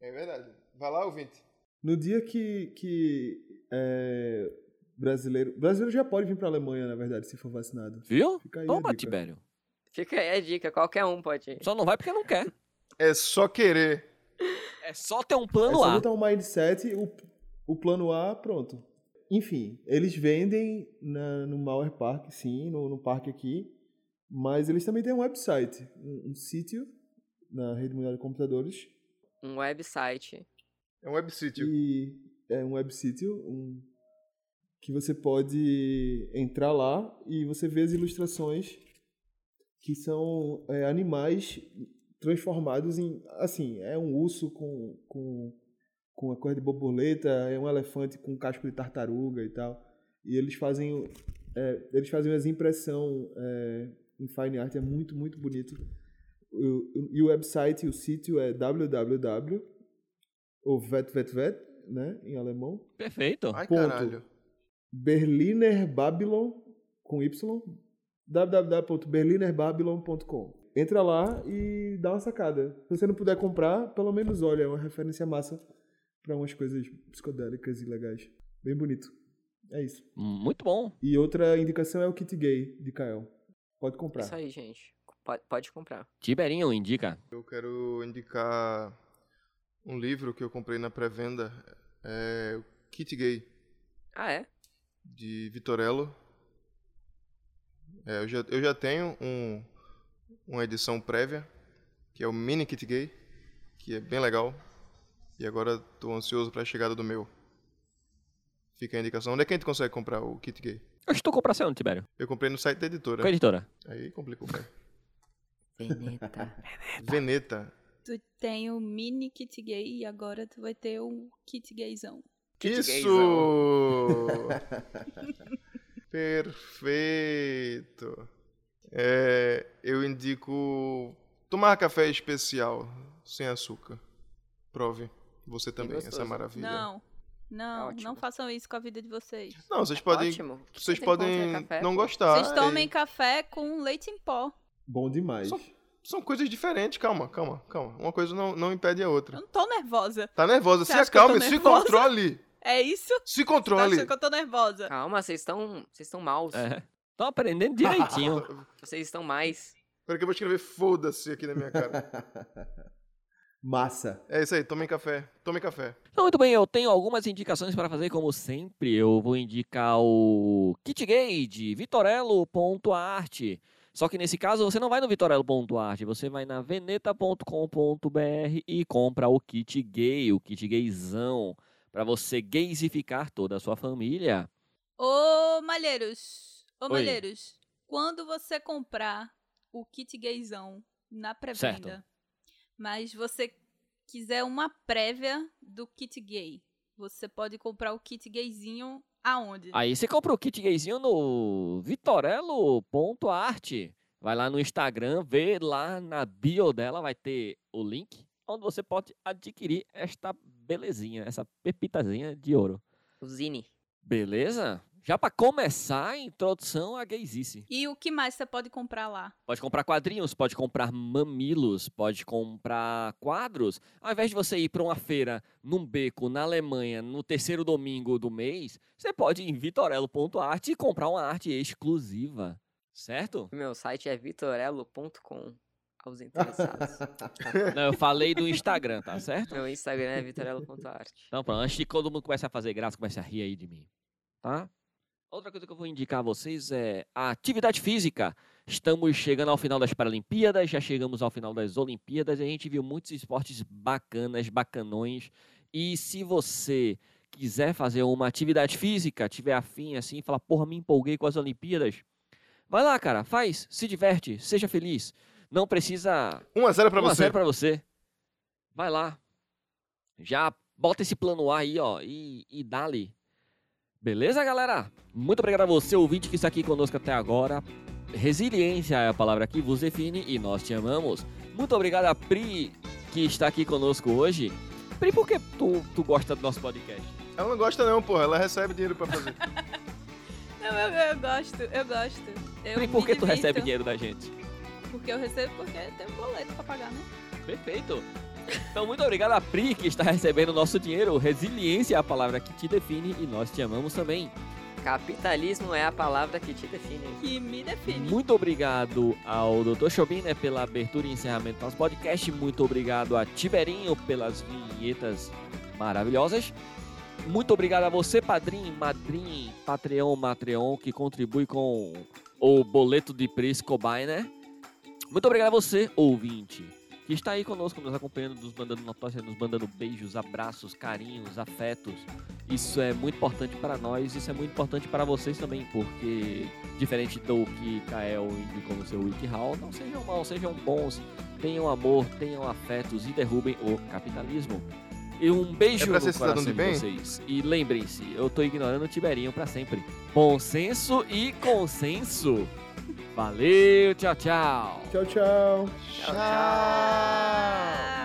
D: É verdade. Vai lá, ouvinte.
F: No dia que, que é, brasileiro. Brasileiro já pode vir pra Alemanha, na verdade, se for vacinado.
C: Viu?
F: Fica aí né? a
C: Toma,
F: dica.
C: Tibério.
E: Fica aí a dica, qualquer um pode ir.
C: Só não vai porque não quer.
D: É só querer.
C: É só ter um
F: É
C: plano
F: só
C: A.
F: botar o mindset, o, o plano A, pronto. Enfim, eles vendem na- no Mauer Park, sim, no, no parque aqui. Mas eles também têm um website, um, um sítio na rede mundial de computadores.
E: Um website.
D: É um website.
F: E é um web sítio, um que você pode entrar lá e você vê as ilustrações que são é, animais transformados em assim é um urso com com com a cor de borboleta é um elefante com casco de tartaruga e tal e eles fazem é, eles fazem as impressão é, em fine art é muito muito bonito O- e o website o sítio é www ou vet vet vet né em alemão
C: Perfeito.
D: Ai,
F: Ponto.
D: caralho.
F: Berliner Babylon com Y, www.berlinerbabylon.com. Entra lá e dá uma sacada. Se você não puder comprar, pelo menos olha, é uma referência massa para umas coisas psicodélicas e legais. Bem bonito. É isso.
C: Muito bom.
F: E outra indicação é o kit gay de Kael. Pode comprar.
E: Isso aí, gente. Pode, pode comprar.
C: Tiberinho indica.
D: Eu quero indicar um livro que eu comprei na pré-venda. É o Kit Gay,
E: Ah, é?
D: de Vitorello. É, eu, já, eu já tenho um, uma edição prévia, que é o Mini Kit Gay, que é bem legal. E agora tô ansioso pra chegada do meu. Fica a indicação. Onde é que a gente consegue comprar o Kit Gay?
C: Eu estou comprando sendo, Tibério.
D: Eu comprei no site da
C: Com a
D: editora.
C: editora.
D: Aí complicou. cara.
E: Veneta.
D: Veneta.
B: Tu tem o mini kit gay e agora tu vai ter o kit gayzão. é
E: Kit
D: Isso! Perfeito. É, eu indico tomar café especial sem açúcar. Prove. Você também, essa
E: gostoso.
D: maravilha.
B: Não, não,
E: ótimo.
B: não façam isso com a vida de vocês.
D: Não, vocês podem,
E: Ótimo.
D: vocês
E: Tem
D: podem
E: contra café,
D: não
E: pô.
D: gostar. é,
B: Vocês tomem
D: e-
B: café com leite em pó.
F: Bom demais.
D: Só- São coisas diferentes. Calma, calma, calma. Uma coisa não, não impede a outra.
B: Eu não tô nervosa.
D: Tá nervosa?
B: Você
D: Se
B: acha que eu tô
D: acalme, se
B: nervosa?
D: controle.
B: É isso?
D: Se
B: Tá
D: controle.
B: achando que eu tô nervosa?
E: Calma, vocês estão. Vocês estão maus.
C: É. Tô aprendendo direitinho.
E: Vocês estão mais.
D: Espera que eu vou escrever foda-se aqui na minha cara.
F: massa.
D: É isso aí, tomem café. Tomem café.
C: Então, muito bem, eu tenho algumas indicações para fazer, como sempre. Eu vou indicar o Kit Gay de Vitorello.arte. Só que nesse caso você não vai no vitorelo.arte, você vai na veneta.com.br e compra o kit gay, o kit gayzão, pra você gaysificar toda a sua família.
B: Ô, Malheiros. Ô,
C: Oi.
B: Malheiros. Quando você comprar o kit gayzão na pré-venda,
C: Certo.
B: mas você quiser uma prévia do kit gay, você pode comprar o kit gayzinho aonde?
C: Aí você compra o kit gayzinho no vitorelo.arte. Vai lá no Instagram, vê lá na bio dela, vai ter o link onde você pode adquirir esta belezinha, essa pepitazinha de ouro.
E: O Zine.
C: Beleza? Já pra começar a introdução à gaysice.
B: E o que mais você pode comprar lá?
C: Pode comprar quadrinhos, pode comprar mamilos, pode comprar quadros. Ao invés de você ir para uma feira num beco na Alemanha no terceiro domingo do mês, você pode ir em vitorello.arte e comprar uma arte exclusiva. Certo?
E: O meu site é vitorello.com. Aos interessados.
C: Não, eu falei do Instagram, tá certo?
E: meu Instagram é vitorello.arte.
C: Então, pronto, antes de todo mundo comece a fazer graça, comece a rir aí de mim, tá? Outra coisa que eu vou indicar a vocês é a atividade física. Estamos chegando ao final das Paralimpíadas, já chegamos ao final das Olimpíadas, e a gente viu muitos esportes bacanas, bacanões. E se você quiser fazer uma atividade física, tiver afim assim, falar, porra, me empolguei com as Olimpíadas, vai lá, cara, faz, se diverte, seja feliz. Não precisa
D: 1x0 pra
C: um a
D: você.
C: zero pra você. Vai lá. Já bota esse plano A aí, ó, e, e dá-lhe. Beleza, galera? Muito obrigado a você, ouvinte, que está aqui conosco até agora. Resiliência é a palavra que vos define e nós te amamos. Muito obrigado a Pri, que está aqui conosco hoje. Pri, por que tu, tu gosta do nosso podcast?
D: Ela não gosta não, porra. Ela recebe dinheiro pra fazer.
B: Não, eu, eu gosto, eu gosto. Eu me
C: Pri, por que tu
B: divirto,
C: recebe dinheiro da gente?
B: Porque eu recebo porque tem um boleto pra pagar, né?
C: Perfeito. Então, muito obrigado a Pri, que está recebendo o nosso dinheiro. Resiliência é a palavra que te define e nós te amamos também.
E: Capitalismo é a palavra que te define.
B: Que me define.
C: Muito obrigado ao Dr. Chobin né, pela abertura e encerramento do nosso podcast. Muito obrigado a Tiberinho pelas vinhetas maravilhosas. Muito obrigado a você, padrinho, madrinho, patreon, matreon, que contribui com o boleto de preço Cobai, né? Muito obrigado a você, ouvinte, que está aí conosco, nos acompanhando, nos mandando notócias, nos mandando beijos, abraços, carinhos, afetos. Isso é muito importante para nós, isso é muito importante para vocês também, porque diferente do que Kael indicou no seu WikiHow, não sejam maus, sejam bons, tenham amor, tenham afetos e derrubem o capitalismo. E um beijo
D: É pra
C: no
D: ser cidadão
C: coração de,
D: de bem?
C: vocês. E lembrem-se, eu tô ignorando o Tiberinho para sempre. Bom senso e consenso. Valeu, tchau, tchau.
F: Tchau, tchau.
E: Tchau, tchau.
B: Ah.